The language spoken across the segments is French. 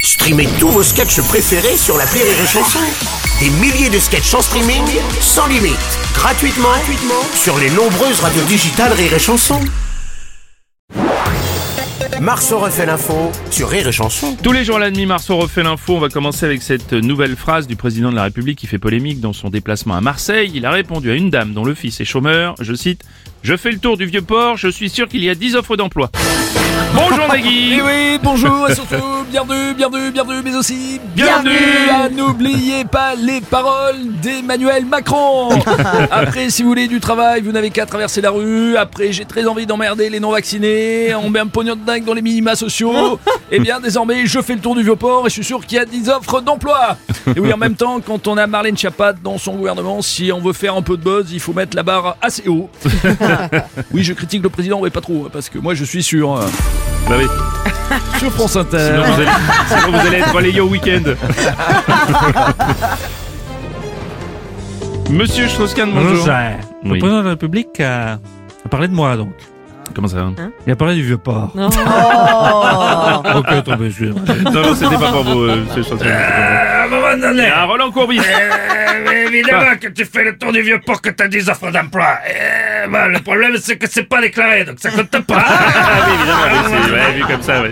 Streamez tous vos sketchs préférés sur la Rire et Chanson. Des milliers de sketchs en streaming, sans limite, gratuitement, gratuitement sur les nombreuses radios digitales Rire et Chanson. Marceau refait l'info sur Rire et Chanson. Tous les jours à la demi-mars, on refait l'info. On va commencer avec cette nouvelle phrase du président de la République qui fait polémique dans son déplacement à Marseille. Il a répondu à une dame dont le fils est chômeur. Je cite Je fais le tour du vieux port, je suis sûr qu'il y a 10 offres d'emploi. Bonjour Nagui Eh oui, bonjour et surtout bienvenue, bienvenue, bienvenue, mais aussi Bienvenue. à N'oubliez pas les paroles d'Emmanuel Macron. Après, si vous voulez du travail, vous n'avez qu'à traverser la rue. Après, j'ai très envie d'emmerder les non-vaccinés. On met un pognon de dingue dans les minima sociaux. Eh bien, désormais, je fais le tour du vieux port et je suis sûr qu'il y a 10 offres d'emploi. Et oui, en même temps, quand on a Marlène Chapat dans son gouvernement, si on veut faire un peu de buzz, il faut mettre la barre assez haut. Oui, je critique le président, mais pas trop, hein, parce que moi, je suis sur, euh, Bah oui, sur France Inter. sinon vous allez, sinon vous allez être balayé au week-end. Monsieur Strauss-Kahn, bonjour. Jean. Le Oui. président de la République a, a parlé de moi, donc. Comment ça va Il a parlé du vieux port. Non. ok, tombé sûr. Non, non, c'était pas pour vous, euh, monsieur Strauss-Kahn. À un moment donné, Ah, Roland Courbis euh, Ah. évidemment que tu fais le tour du vieux port que t'as des offres d'emploi. Euh, bah, le problème, c'est que c'est pas déclaré, donc ça compte pas. Ah oui, évidemment, oui, c'est- ouais, vu comme ça, ouais.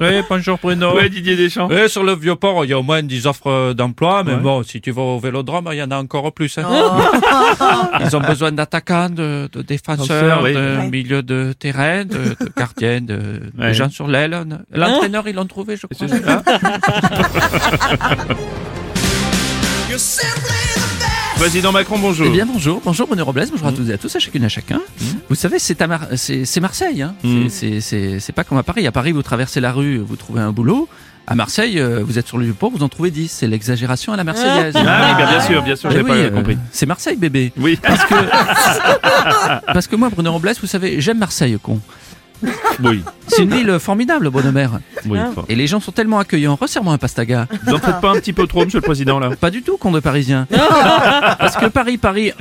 Oui, bonjour Bruno. Ouais, Didier Deschamps. Oui, sur le vieux port, il y a au moins 10 offres euh, d'emploi, mais bon, si tu vas au vélodrome, il y en a encore plus. hein. Oh. Ils ont besoin d'attaquants, de, de Danseurs, défenseurs, oui. de Ouais. milieu de terrain, de, de gardiens, de, de Ouais. gens sur l'aile. L'entraîneur, ils l'ont trouvé, je crois. Président Macron, bonjour. Eh bien bonjour, bonjour Bruno Robles, bonjour Mm. à toutes et à tous, à chacune et à chacun. Vous savez, c'est à Mar- c'est c'est Marseille, hein. C'est- Mm. c'est c'est- c'est pas comme à Paris. À Paris, vous traversez la rue, vous trouvez un boulot. À Marseille, euh, vous êtes sur le vieux port, vous en trouvez 10. C'est l'exagération à la marseillaise. Ah oui, bien, bien sûr, bien sûr, Eh j'ai oui, pas euh, compris. C'est Marseille, bébé. Oui. Parce que, parce que moi, Bruno Robles, vous savez, j'aime Marseille, con. Oui. C'est une ville euh, formidable, Bonhomère. Oui. enfin. Et les gens sont tellement accueillants. Resserre-moi un pastaga. Ah. Vous en faites pas un petit peu trop, monsieur le président, là Pas du tout, con de Parisien. Parce que Paris, Ah Paris.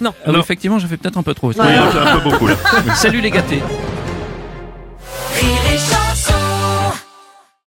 Non. Effectivement, j'en fais peut-être un peu trop. Ah. Oui, un peu- un peu beaucoup, là. Salut les gâtés.